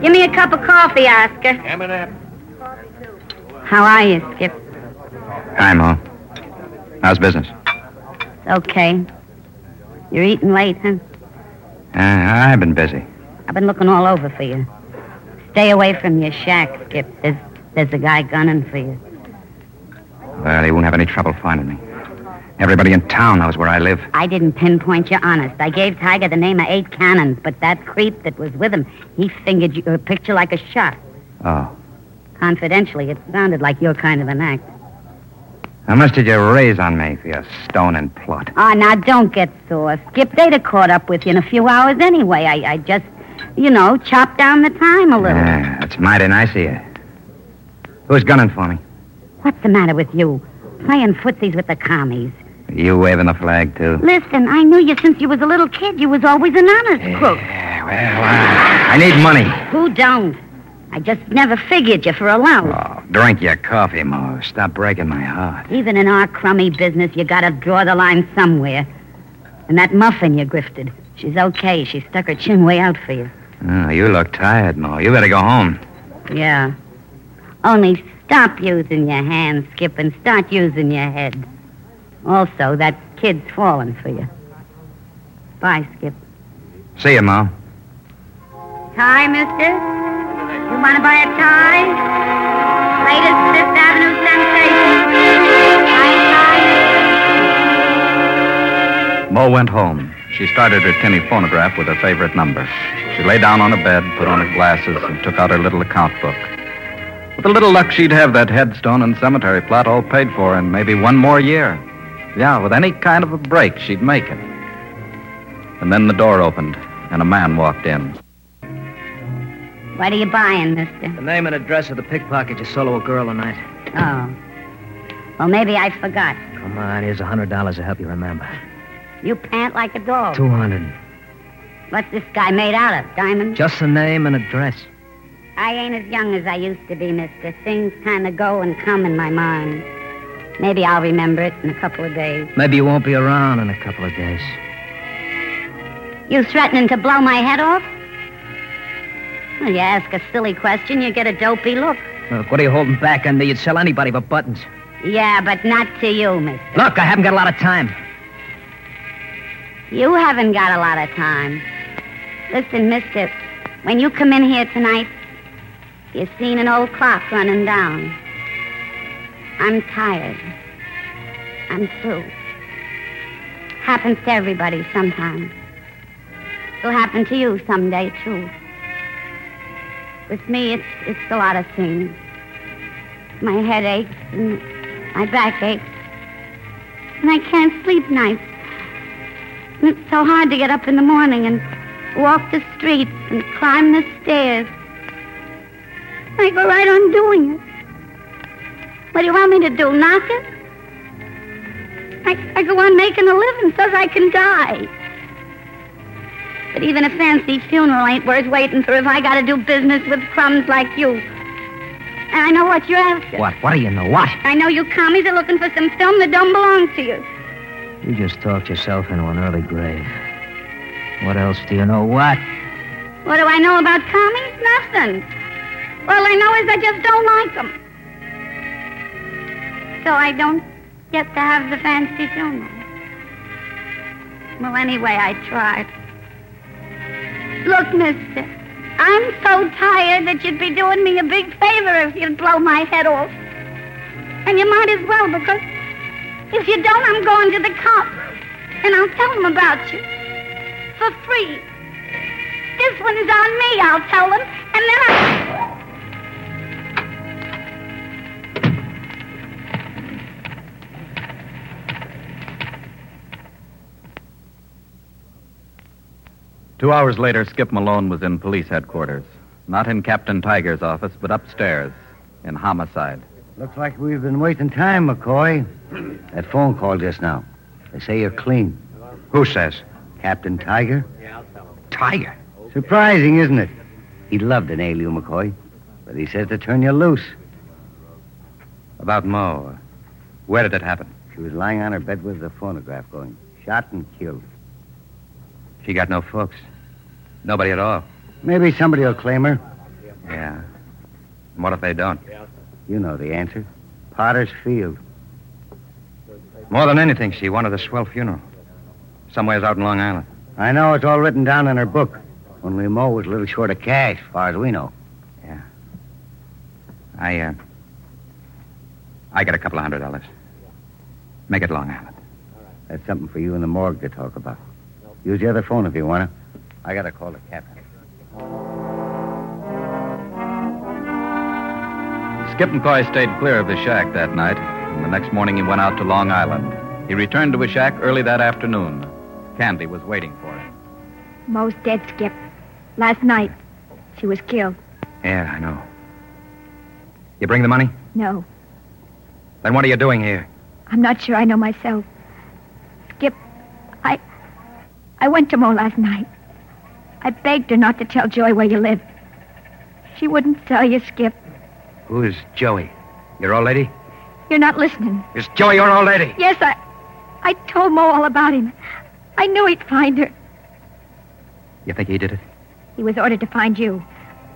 Speaker 10: Give me a cup of coffee, Oscar.
Speaker 8: Ham and apple.
Speaker 10: How are you, Skip?
Speaker 3: Hi, Mo. How's business?
Speaker 10: It's okay. You're eating late, huh?
Speaker 3: Uh, I've been busy.
Speaker 10: I've been looking all over for you. Stay away from your shack, Skip. There's, there's a guy gunning for you.
Speaker 3: Well, he won't have any trouble finding me. Everybody in town knows where I live.
Speaker 10: I didn't pinpoint you, honest. I gave Tiger the name of eight cannons, but that creep that was with him, he fingered your picture like a shot.
Speaker 3: Oh.
Speaker 10: Confidentially, it sounded like your kind of an act.
Speaker 3: How much did you raise on me for your stoning plot?
Speaker 10: Ah, now don't get sore. Skip, they'd have caught up with you in a few hours anyway. I, I just, you know, chopped down the time a little.
Speaker 3: Yeah, that's mighty nice of you. Who's gunning for me?
Speaker 10: What's the matter with you? Playing footsies with the commies.
Speaker 3: You waving the flag, too.
Speaker 10: Listen, I knew you since you was a little kid. You was always an honest crook.
Speaker 3: Yeah, well, I, I need money.
Speaker 10: Who don't? I just never figured you for a louse.
Speaker 3: Drink your coffee, Mo. Stop breaking my heart.
Speaker 10: Even in our crummy business, you gotta draw the line somewhere. And that muffin you grifted, she's okay. She stuck her chin way out for you.
Speaker 3: Oh, you look tired, Mo. You better go home.
Speaker 10: Yeah. Only stop using your hands, Skip, and start using your head. Also, that kid's falling for you. Bye, Skip.
Speaker 3: See you, Mo.
Speaker 10: Tie, mister? You want to buy a tie? Latest Fifth Avenue sensation.
Speaker 3: Mo went home. She started her tinny phonograph with her favorite number. She lay down on a bed, put on her glasses, and took out her little account book. With a little luck, she'd have that headstone and cemetery plot all paid for in maybe one more year. Yeah, with any kind of a break, she'd make it. And then the door opened, and a man walked in.
Speaker 10: What are you buying, mister?
Speaker 9: The name and address of the pickpocket you sold to a girl tonight.
Speaker 10: Oh. Well, maybe I forgot.
Speaker 9: Come on, here's a hundred dollars to help you remember.
Speaker 10: You pant like a dog.
Speaker 9: Two hundred.
Speaker 10: What's this guy made out of, Diamond?
Speaker 9: Just the name and address.
Speaker 10: I ain't as young as I used to be, mister. Things kind of go and come in my mind. Maybe I'll remember it in a couple of days.
Speaker 9: Maybe you won't be around in a couple of days.
Speaker 10: You threatening to blow my head off? Well, you ask a silly question, you get a dopey look.
Speaker 9: Look, what are you holding back on me? You'd sell anybody for buttons.
Speaker 10: Yeah, but not to you, mister.
Speaker 9: Look, I haven't got a lot of time.
Speaker 10: You haven't got a lot of time. Listen, mister, when you come in here tonight, you've seen an old clock running down. I'm tired. I'm through. Happens to everybody sometimes. It'll happen to you someday, too. With me, it's, it's a lot of things. My head aches and my back aches. And I can't sleep nights. And it's so hard to get up in the morning and walk the streets and climb the stairs. I go right on doing it. What do you want me to do, knock it? I, I go on making a living so I can die. But even a fancy funeral ain't worth waiting for if I gotta do business with crumbs like you. And I know what you're after.
Speaker 9: What? What do you know? What?
Speaker 10: I know you commies are looking for some film that don't belong to you.
Speaker 9: You just talked yourself into an early grave. What else do you know? What?
Speaker 10: What do I know about commies? Nothing. All I know is I just don't like them. So I don't get to have the fancy funeral. Well, anyway, I tried. Look, mister, I'm so tired that you'd be doing me a big favor if you'd blow my head off. And you might as well, because if you don't, I'm going to the cops. And I'll tell them about you. For free. This one is on me, I'll tell them. And then I...
Speaker 3: Two hours later, Skip Malone was in police headquarters. Not in Captain Tiger's office, but upstairs, in homicide.
Speaker 14: Looks like we've been waiting time, McCoy. That phone call just now. They say you're clean.
Speaker 3: Who says?
Speaker 14: Captain Tiger.
Speaker 3: Yeah, I'll tell him. Tiger?
Speaker 14: Surprising, isn't it? He'd love to nail you, McCoy, but he says to turn you loose.
Speaker 3: About Mo. Where did it happen?
Speaker 14: She was lying on her bed with the phonograph going. Shot and killed.
Speaker 3: She got no folks. Nobody at all.
Speaker 14: Maybe somebody will claim her.
Speaker 3: Yeah. And what if they don't?
Speaker 14: You know the answer. Potter's Field.
Speaker 3: More than anything, she wanted a swell funeral. Somewhere's out in Long Island.
Speaker 14: I know it's all written down in her book. Only Mo was a little short of cash, far as we know.
Speaker 15: I, uh. I got a couple of hundred dollars. Make it Long Island.
Speaker 14: That's something for you in the morgue to talk about. Use the other phone if you want to. I gotta call the captain.
Speaker 3: Skip and Coy stayed clear of the shack that night, and the next morning he went out to Long Island. He returned to his shack early that afternoon. Candy was waiting for him.
Speaker 6: Mo's dead, Skip. Last night, she was killed.
Speaker 15: Yeah, I know. You bring the money?
Speaker 6: No,
Speaker 15: Then what are you doing here?
Speaker 6: I'm not sure I know myself. Skip, I. I went to Mo last night. I begged her not to tell Joy where you lived. She wouldn't tell you, Skip.
Speaker 15: Who is Joey? Your old lady?
Speaker 6: You're not listening.
Speaker 15: Is Joey your old lady?
Speaker 6: Yes, I. I told Mo all about him. I knew he'd find her.
Speaker 15: You think he did it?
Speaker 6: He was ordered to find you.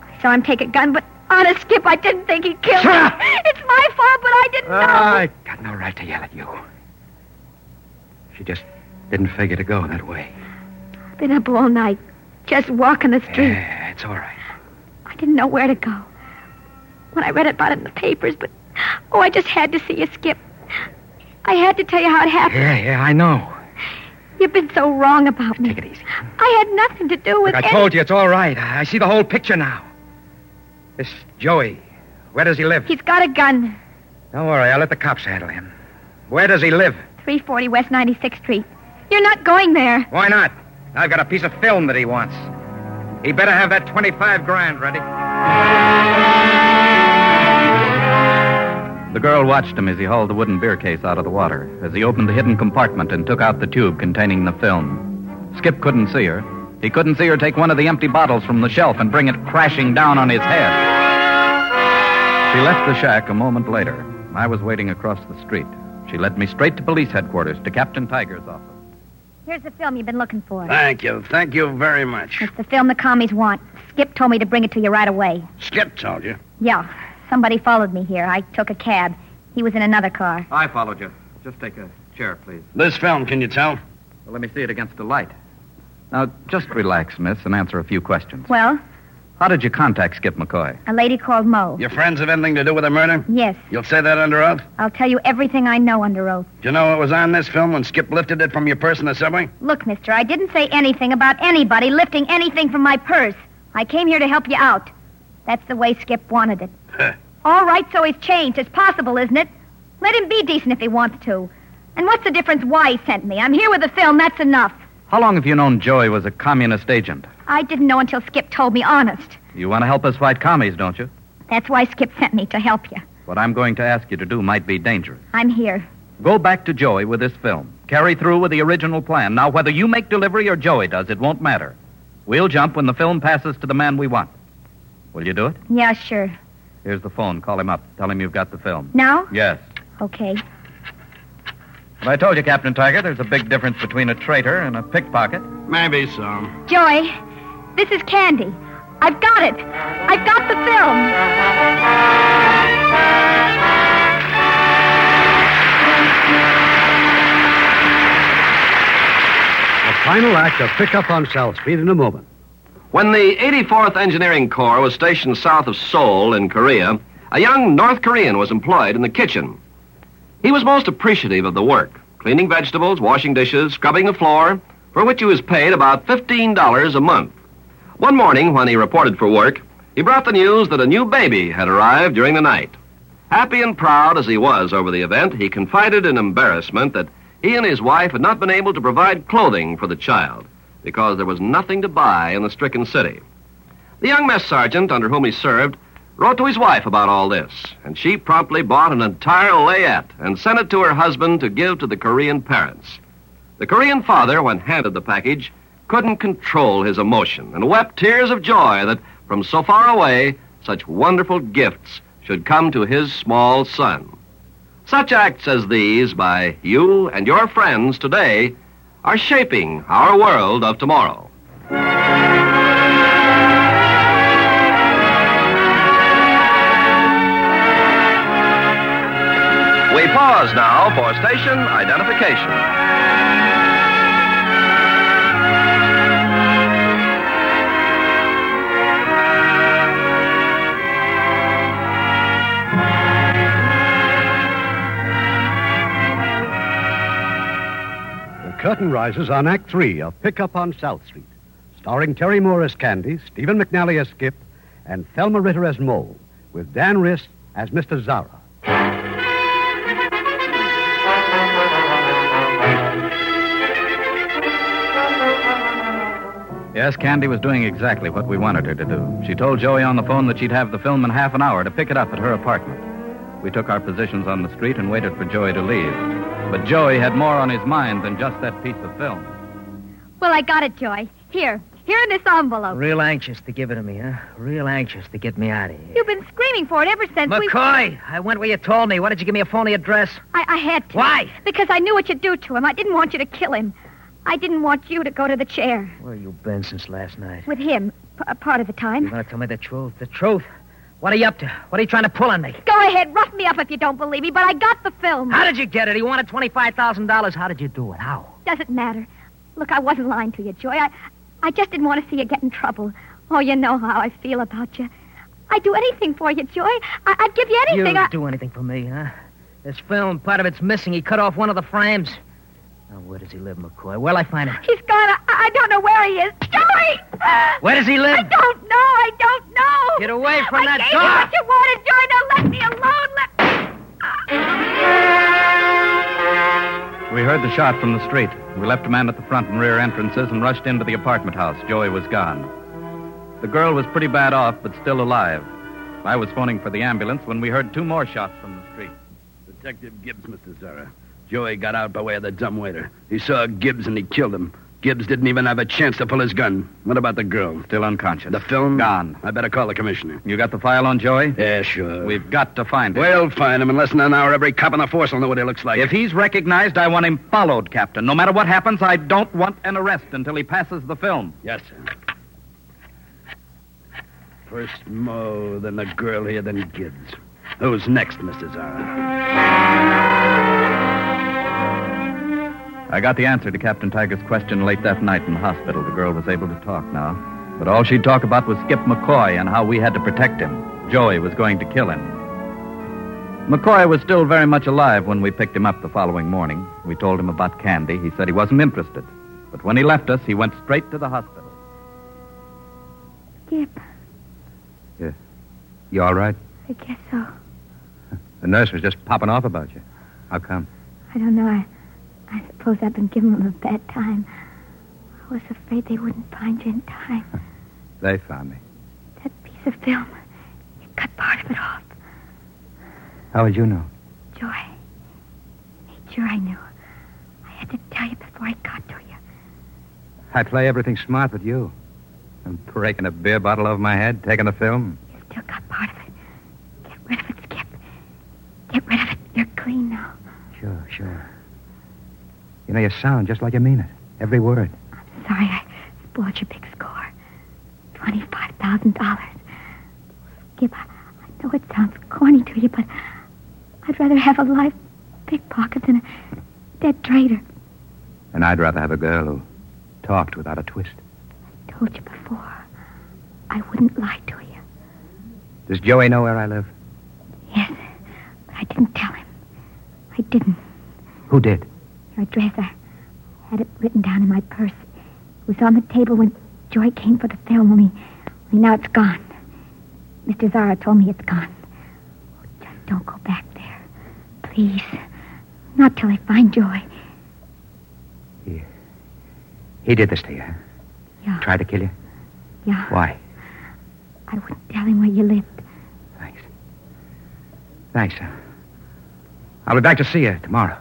Speaker 6: I saw him take a gun, but honest, Skip, I didn't think he killed
Speaker 15: Shut
Speaker 6: her.
Speaker 15: up!
Speaker 6: It's my fault, but I didn't know.
Speaker 15: I got no right to yell at you. She just didn't figure to go that way.
Speaker 6: I've been up all night, just walking the street.
Speaker 15: Yeah, it's all right.
Speaker 6: I didn't know where to go. When I read about it in the papers, but oh, I just had to see you, Skip. I had to tell you how it happened.
Speaker 15: Yeah, yeah, I know.
Speaker 6: You've been so wrong about me. Take it easy. I had nothing to do with
Speaker 15: Look, I
Speaker 6: any-
Speaker 15: told you it's all right. I, I see the whole picture now. This Joey, where does he live?
Speaker 6: He's got a gun.
Speaker 15: Don't worry, I'll let the cops handle him. Where does he live?
Speaker 6: 340 West 96th Street. You're not going there.
Speaker 15: Why not? I've got a piece of film that he wants. He better have that 25 grand ready.
Speaker 3: The girl watched him as he hauled the wooden beer case out of the water, as he opened the hidden compartment and took out the tube containing the film. Skip couldn't see her. He couldn't see her take one of the empty bottles from the shelf and bring it crashing down on his head. She left the shack a moment later. I was waiting across the street. She led me straight to police headquarters, to Captain Tiger's office.
Speaker 6: Here's the film you've been looking for.
Speaker 3: Uh.
Speaker 8: Thank you. Thank you very much.
Speaker 6: It's the film the commies want. Skip told me to bring it to you right away.
Speaker 8: Skip told you.
Speaker 6: Yeah, somebody followed me here. I took a cab. He was in another car.
Speaker 3: I followed you. Just take a chair, please.
Speaker 8: This film, can you tell?
Speaker 3: let me see it against the light. Now, just relax, miss, and answer a few questions.
Speaker 6: Well,
Speaker 3: How did you contact Skip McCoy?
Speaker 6: a lady called Mo.
Speaker 8: Your friends have anything to do with the murder?
Speaker 6: Yes,
Speaker 8: You'll say that under oath?
Speaker 6: I'll tell you everything I know under oath.
Speaker 8: Do you know what was on this film when Skip lifted it from your purse in the subway?
Speaker 6: Look, mister, I didn't say anything about anybody lifting anything from my purse. I came here to help you out. That's the way Skip wanted it. All right, so he's changed. It's possible, isn't it? Let him be decent if he wants to. And what's the difference why he sent me? I'm here with the film. That's enough.
Speaker 3: How long have you known Joey was a communist agent?
Speaker 6: I didn't know until Skip told me honest.
Speaker 3: You want to help us fight commies, don't you?
Speaker 6: That's why Skip sent me to help you.
Speaker 3: What I'm going to ask you to do might be dangerous.
Speaker 6: I'm here.
Speaker 3: Go back to Joey with this film. Carry through with the original plan. Now, whether you make delivery or Joey does, it won't matter. We'll jump when the film passes to the man we want. Will you do it?
Speaker 6: Yeah, sure.
Speaker 3: Here's the phone. Call him up. Tell him you've got the film.
Speaker 6: Now?
Speaker 3: Yes.
Speaker 6: Okay.
Speaker 3: Well, I told you, Captain Tiger, there's a big difference between a traitor and a pickpocket.
Speaker 8: Maybe so.
Speaker 6: Joy, this is Candy. I've got it. I've got the film.
Speaker 2: The final act of Pick Up on South Street in a moment.
Speaker 1: When the 84th Engineering Corps was stationed south of Seoul in Korea, a young North Korean was employed in the kitchen. He was most appreciative of the work, cleaning vegetables, washing dishes, scrubbing the floor, for which he was paid about $15 a month. One morning, when he reported for work, he brought the news that a new baby had arrived during the night. Happy and proud as he was over the event, he confided in embarrassment that he and his wife had not been able to provide clothing for the child because there was nothing to buy in the stricken city. The young mess sergeant under whom he served wrote to his wife about all this, and she promptly bought an entire layette and sent it to her husband to give to the Korean parents. The Korean father, when handed the package, couldn't control his emotion and wept tears of joy that from so far away such wonderful gifts should come to his small son. Such acts as these by you and your friends today are shaping our world of tomorrow. We pause now for station identification.
Speaker 2: curtain rises on Act Three of Pickup on South Street, starring Terry Moore as Candy, Stephen McNally as Skip, and Thelma Ritter as Mole, with Dan Riss as Mr. Zara.
Speaker 3: Yes, Candy was doing exactly what we wanted her to do. She told Joey on the phone that she'd have the film in half an hour to pick it up at her apartment. We took our positions on the street and waited for Joey to leave. But Joey had more on his mind than just that piece of film.
Speaker 6: Well, I got it, Joy. Here. Here in this envelope.
Speaker 9: Real anxious to give it to me, huh? Real anxious to get me out of here.
Speaker 6: You've been screaming for it ever since we...
Speaker 9: McCoy, I went where you told me. Why did you give me a phony address?
Speaker 6: I, I had to.
Speaker 9: Why?
Speaker 6: Because I knew what you'd do to him. I didn't want you to kill him. I didn't want you to go to the chair
Speaker 9: Where you been since last night?
Speaker 6: with him p- a part of the
Speaker 9: You
Speaker 6: time.
Speaker 9: want to tell me the truth? The truth? What are you up to? What are you trying to pull on me?
Speaker 6: Go ahead, rough me up if you don't believe me, but I got the film.
Speaker 9: How did you get it? He wanted $25,000. How did you do it? How?
Speaker 6: Doesn't matter. Look, I wasn't lying to you, Joy. I, I just didn't want to see you get in trouble. Oh, you know how I feel about you. I'd do anything for you, Joy. I, I'd give you anything.
Speaker 9: You'd
Speaker 6: I...
Speaker 9: do anything for me, huh? This film, part of it's missing. He cut off one of the frames. Now, where does he live, McCoy? Where'll I find him?
Speaker 6: He's gone. I, I don't know where he is. Joy!
Speaker 9: Where does he live?
Speaker 6: I don't know. I don't know.
Speaker 9: Get away from
Speaker 6: I
Speaker 9: that
Speaker 6: gave
Speaker 9: door.
Speaker 6: You what you wanted, Joy. Now let me alone. Let
Speaker 3: We heard the shot from the street. We left a man at the front and rear entrances and rushed into the apartment house. Joey was gone. The girl was pretty bad off, but still alive. I was phoning for the ambulance when we heard two more shots from the street.
Speaker 8: Detective Gibbs, Mr. Zara. Joey got out by way of the dumbwaiter. He saw Gibbs and he killed him. Gibbs didn't even have a chance to pull his gun. What about the girl?
Speaker 3: Still unconscious.
Speaker 8: The film?
Speaker 3: Gone.
Speaker 8: I better call the commissioner.
Speaker 3: You got the file on Joey?
Speaker 8: Yeah, sure.
Speaker 3: We've got to find him.
Speaker 8: We'll find him in less than an hour. Every cop in the force will know what he looks like.
Speaker 3: If he's recognized, I want him followed, Captain. No matter what happens, I don't want an arrest until he passes the film.
Speaker 8: Yes, sir. First Mo, then the girl here, then Gibbs. Who's next, Mr. Zara?
Speaker 3: I got the answer to Captain Tiger's question late that night in the hospital. The girl was able to talk now. But all she'd talk about was Skip McCoy and how we had to protect him. Joey was going to kill him. McCoy was still very much alive when we picked him up the following morning. We told him about Candy. He said he wasn't interested. But when he left us, he went straight to the hospital.
Speaker 6: Skip,
Speaker 3: You all right?
Speaker 6: I guess so.
Speaker 3: The nurse was just popping off about you. How come?
Speaker 6: I don't know. I, I suppose I've been giving them a bad time. I was afraid they wouldn't find you in time.
Speaker 3: They found me.
Speaker 6: Piece of film. You cut part of it off.
Speaker 3: How would you know?
Speaker 6: Joy. Made sure I knew. I had to tell you before I got to you.
Speaker 3: I play everything smart with you. I'm breaking a beer bottle over my head, taking the film.
Speaker 6: Still got part of it. Get rid of it, Skip. Get rid of it. You're clean now.
Speaker 4: Sure, sure. You know, you sound just like you mean it. Every word.
Speaker 6: Sorry I spoiled your big score. Twenty-five thousand dollars. Skip, I, I know it sounds corny to you, but I'd rather have a live pickpocket than a dead traitor.
Speaker 3: And I'd rather have a girl who talked without a twist.
Speaker 6: Told you before. I wouldn't lie to you.
Speaker 4: Does Joey know where I live?
Speaker 6: Yes, but I didn't tell him. I didn't.
Speaker 4: Who did?
Speaker 6: Your address, I had it written down in my purse. It was on the table when Joy came for the film, only, only now it's gone. Mr. Zara told me it's gone. Oh, Just don't go back there. Please. Not till I find Joy.
Speaker 4: He did this to you. huh?
Speaker 6: Yeah.
Speaker 4: Tried to kill you?
Speaker 6: Yeah.
Speaker 4: Why?
Speaker 6: I wouldn't tell him where you lived.
Speaker 4: Thanks. huh? I'll be back to see you tomorrow.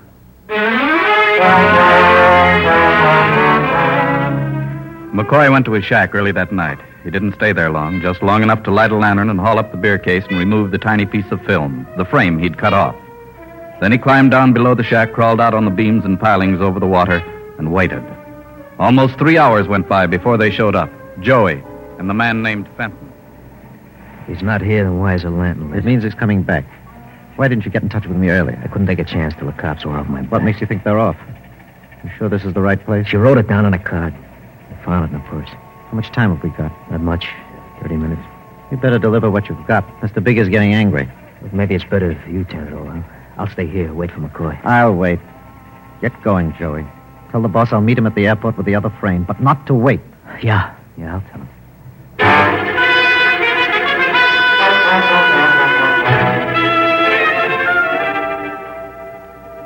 Speaker 3: McCoy went to his shack early that night. He didn't stay there long, just long enough to light a lantern and haul up the beer case and remove the tiny piece of film, the frame he'd cut off. Then he climbed down below the shack, crawled out on the beams and pilings over the water, and waited. Almost three hours went by before they showed up Joey and the man named Fenton.
Speaker 9: He's not here, then why is a lantern?
Speaker 16: It means he's coming back. Why didn't you get in touch with me earlier?
Speaker 9: I couldn't take a chance till the cops were off my
Speaker 16: What makes you think they're off? You sure this is the right place?
Speaker 9: She wrote it down on a card. I found it in her purse.
Speaker 16: How much time have we got?
Speaker 9: Not much. Thirty minutes.
Speaker 16: You better deliver what you've got. Mr. Big is getting angry.
Speaker 9: But maybe it's better if you turn it over. I'll stay here, wait for McCoy.
Speaker 16: I'll wait. Get going, Joey.
Speaker 17: Tell the boss I'll meet him at the airport with the other frame, but not to wait.
Speaker 9: Yeah, yeah, I'll tell him.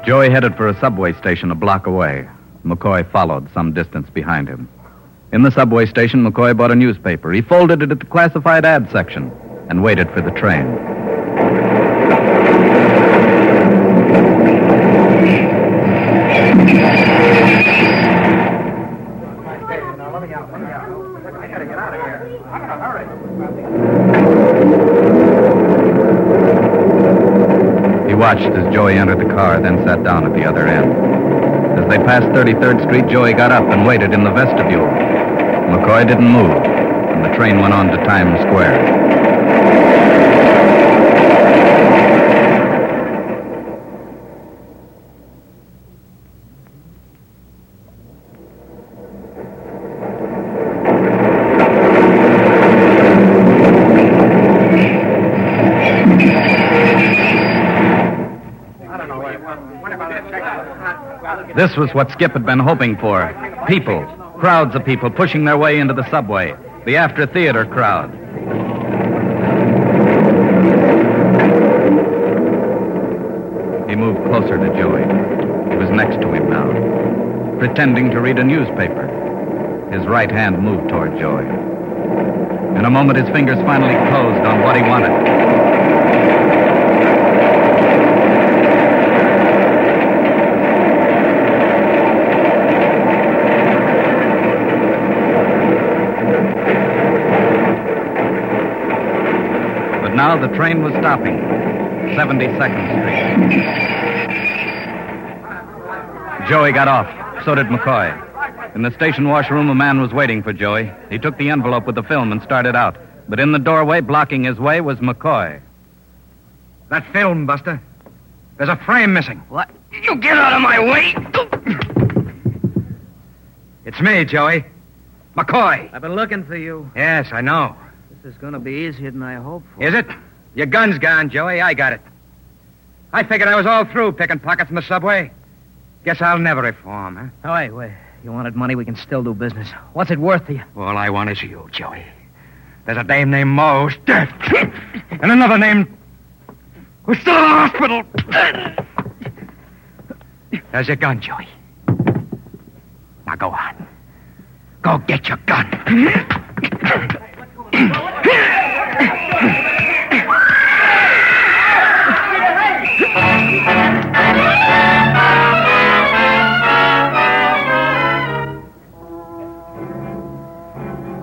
Speaker 3: Joey headed for a subway station a block away. McCoy followed some distance behind him. In the subway station, McCoy bought a newspaper. He folded it at the classified ad section and waited for the train. He watched as Joey entered the car, then sat down at the other end. As they passed 33rd Street, Joey got up and waited in the vestibule. McCoy didn't move, and the train went on to Times Square. This was what Skip had been hoping for people, crowds of people pushing their way into the subway, the after theater crowd. He moved closer to Joey. He was next to him now, pretending to read a newspaper. His right hand moved toward Joey. In a moment, his fingers finally closed on what he wanted. But now the train was stopping. 72nd Street. Joey got off. So did McCoy. In the station washroom, a man was waiting for Joey. He took the envelope with the film and started out. But in the doorway, blocking his way, was McCoy.
Speaker 4: That film, Buster. There's a frame missing.
Speaker 9: What?
Speaker 4: You get out of my way! It's me, Joey. McCoy.
Speaker 9: I've been looking for you.
Speaker 4: Yes, I know.
Speaker 9: This is going to be easier than I hoped.
Speaker 4: Is it? Your gun's gone, Joey. I got it. I figured I was all through picking pockets in the subway. Guess I'll never reform, huh?
Speaker 9: Oh, wait, wait. You wanted money, we can still do business. What's it worth to you?
Speaker 4: All I want is you, Joey. There's a dame named Moe's dead. And another named. Who's still in the hospital. There's your gun, Joey. Now go on. Go get your gun.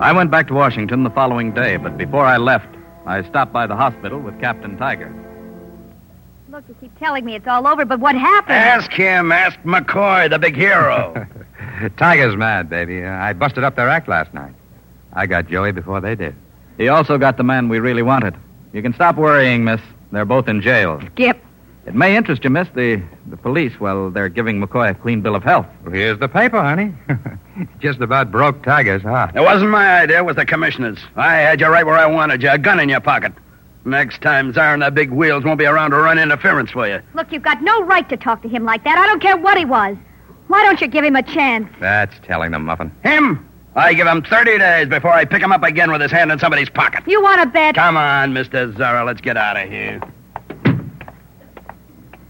Speaker 3: I went back to Washington the following day, but before I left, I stopped by the hospital with Captain Tiger.
Speaker 6: Look, you keep telling me it's all over, but what happened?
Speaker 8: Ask him. Ask McCoy, the big hero.
Speaker 4: Tiger's mad, baby. I busted up their act last night. I got Joey before they did.
Speaker 3: He also got the man we really wanted. You can stop worrying, miss. They're both in jail.
Speaker 6: Skip.
Speaker 3: It may interest you, miss. The, the police, well, they're giving McCoy a clean bill of health.
Speaker 4: Here's the paper, honey. Just about broke Tiger's heart.
Speaker 8: It wasn't my idea, it was the commissioner's. I had you right where I wanted you, a gun in your pocket. Next time, Zara and the big wheels won't be around to run interference for you.
Speaker 6: Look, you've got no right to talk to him like that. I don't care what he was. Why don't you give him a chance?
Speaker 4: That's telling them, Muffin.
Speaker 8: Him? I give him 30 days before I pick him up again with his hand in somebody's pocket.
Speaker 6: You want to bet?
Speaker 8: Come on, Mr. Zara, let's get out of here.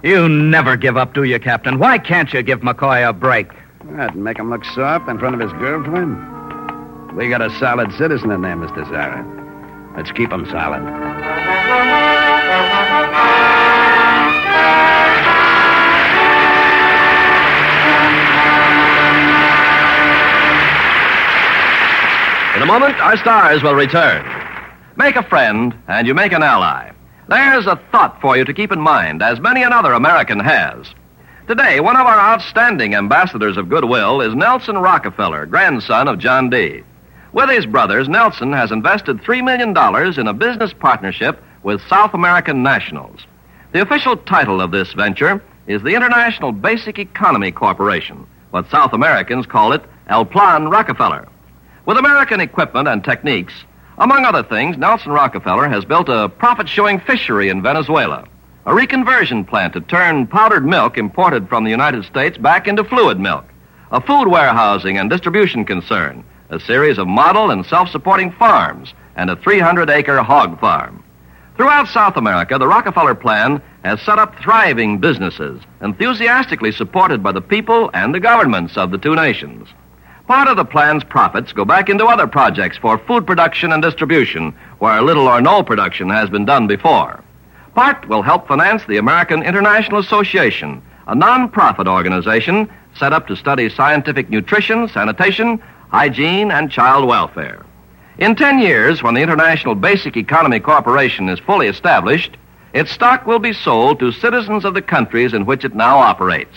Speaker 3: You never give up, do you, Captain? Why can't you give McCoy a break?
Speaker 8: That'd make him look soft in front of his girlfriend. We got a solid citizen in there, Mr. Zara. Let's keep him solid.
Speaker 1: In a moment, our stars will return. Make a friend, and you make an ally. There's a thought for you to keep in mind, as many another American has. Today, one of our outstanding ambassadors of goodwill is Nelson Rockefeller, grandson of John D. With his brothers, Nelson has invested $3 million in a business partnership with South American nationals. The official title of this venture is the International Basic Economy Corporation, but South Americans call it El Plan Rockefeller. With American equipment and techniques, among other things, Nelson Rockefeller has built a profit showing fishery in Venezuela, a reconversion plant to turn powdered milk imported from the United States back into fluid milk, a food warehousing and distribution concern, a series of model and self supporting farms, and a 300 acre hog farm. Throughout South America, the Rockefeller Plan has set up thriving businesses, enthusiastically supported by the people and the governments of the two nations. Part of the plan's profits go back into other projects for food production and distribution, where little or no production has been done before. Part will help finance the American International Association, a non-profit organization set up to study scientific nutrition, sanitation, hygiene, and child welfare. In 10 years, when the International Basic Economy Corporation is fully established, its stock will be sold to citizens of the countries in which it now operates.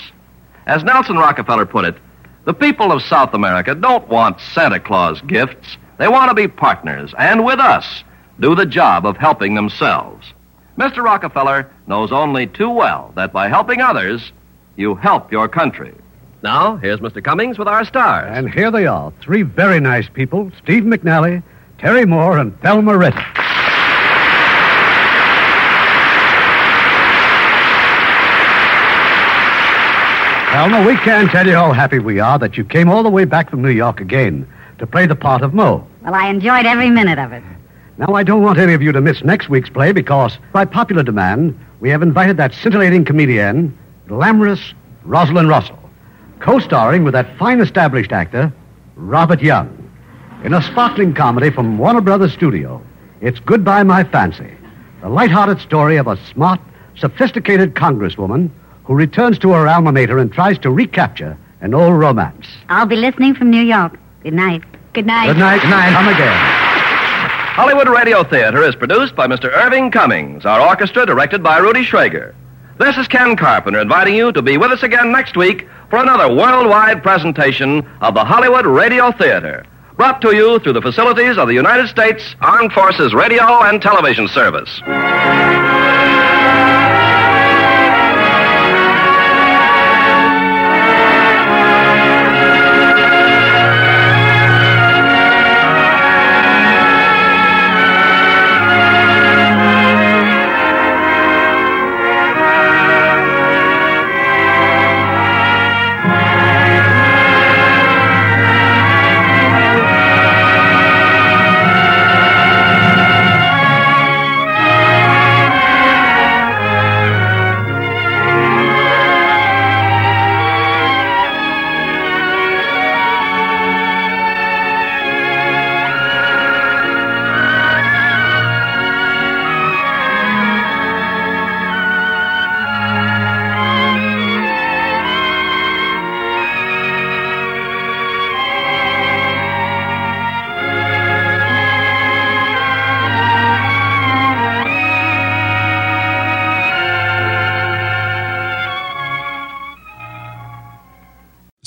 Speaker 1: As Nelson Rockefeller put it, the people of South America don't want Santa Claus gifts. They want to be partners, and with us, do the job of helping themselves. Mr. Rockefeller knows only too well that by helping others, you help your country. Now, here's Mr. Cummings with our stars.
Speaker 2: And here they are, three very nice people Steve McNally, Terry Moore, and Thelma Ritter. Thelma, we can tell you how happy we are that you came all the way back from New York again to play the part of Mo.
Speaker 10: Well, I enjoyed every minute of it.
Speaker 2: Now, I don't want any of you to miss next week's play because, by popular demand, we have invited that scintillating comedian, glamorous Rosalind Russell, co starring with that fine established actor, Robert Young, in a sparkling comedy from Warner Brothers Studio. It's Goodbye My Fancy, the light-hearted story of a smart, sophisticated congresswoman who returns to her alma mater and tries to recapture an old romance.
Speaker 10: I'll be listening from New York. Good night. Good night.
Speaker 2: Good night, good night. Come again.
Speaker 1: Hollywood Radio Theater is produced by Mr. Irving Cummings, our orchestra directed by Rudy Schrager. This is Ken Carpenter inviting you to be with us again next week for another worldwide presentation of the Hollywood Radio Theater, brought to you through the facilities of the United States Armed Forces Radio and Television Service.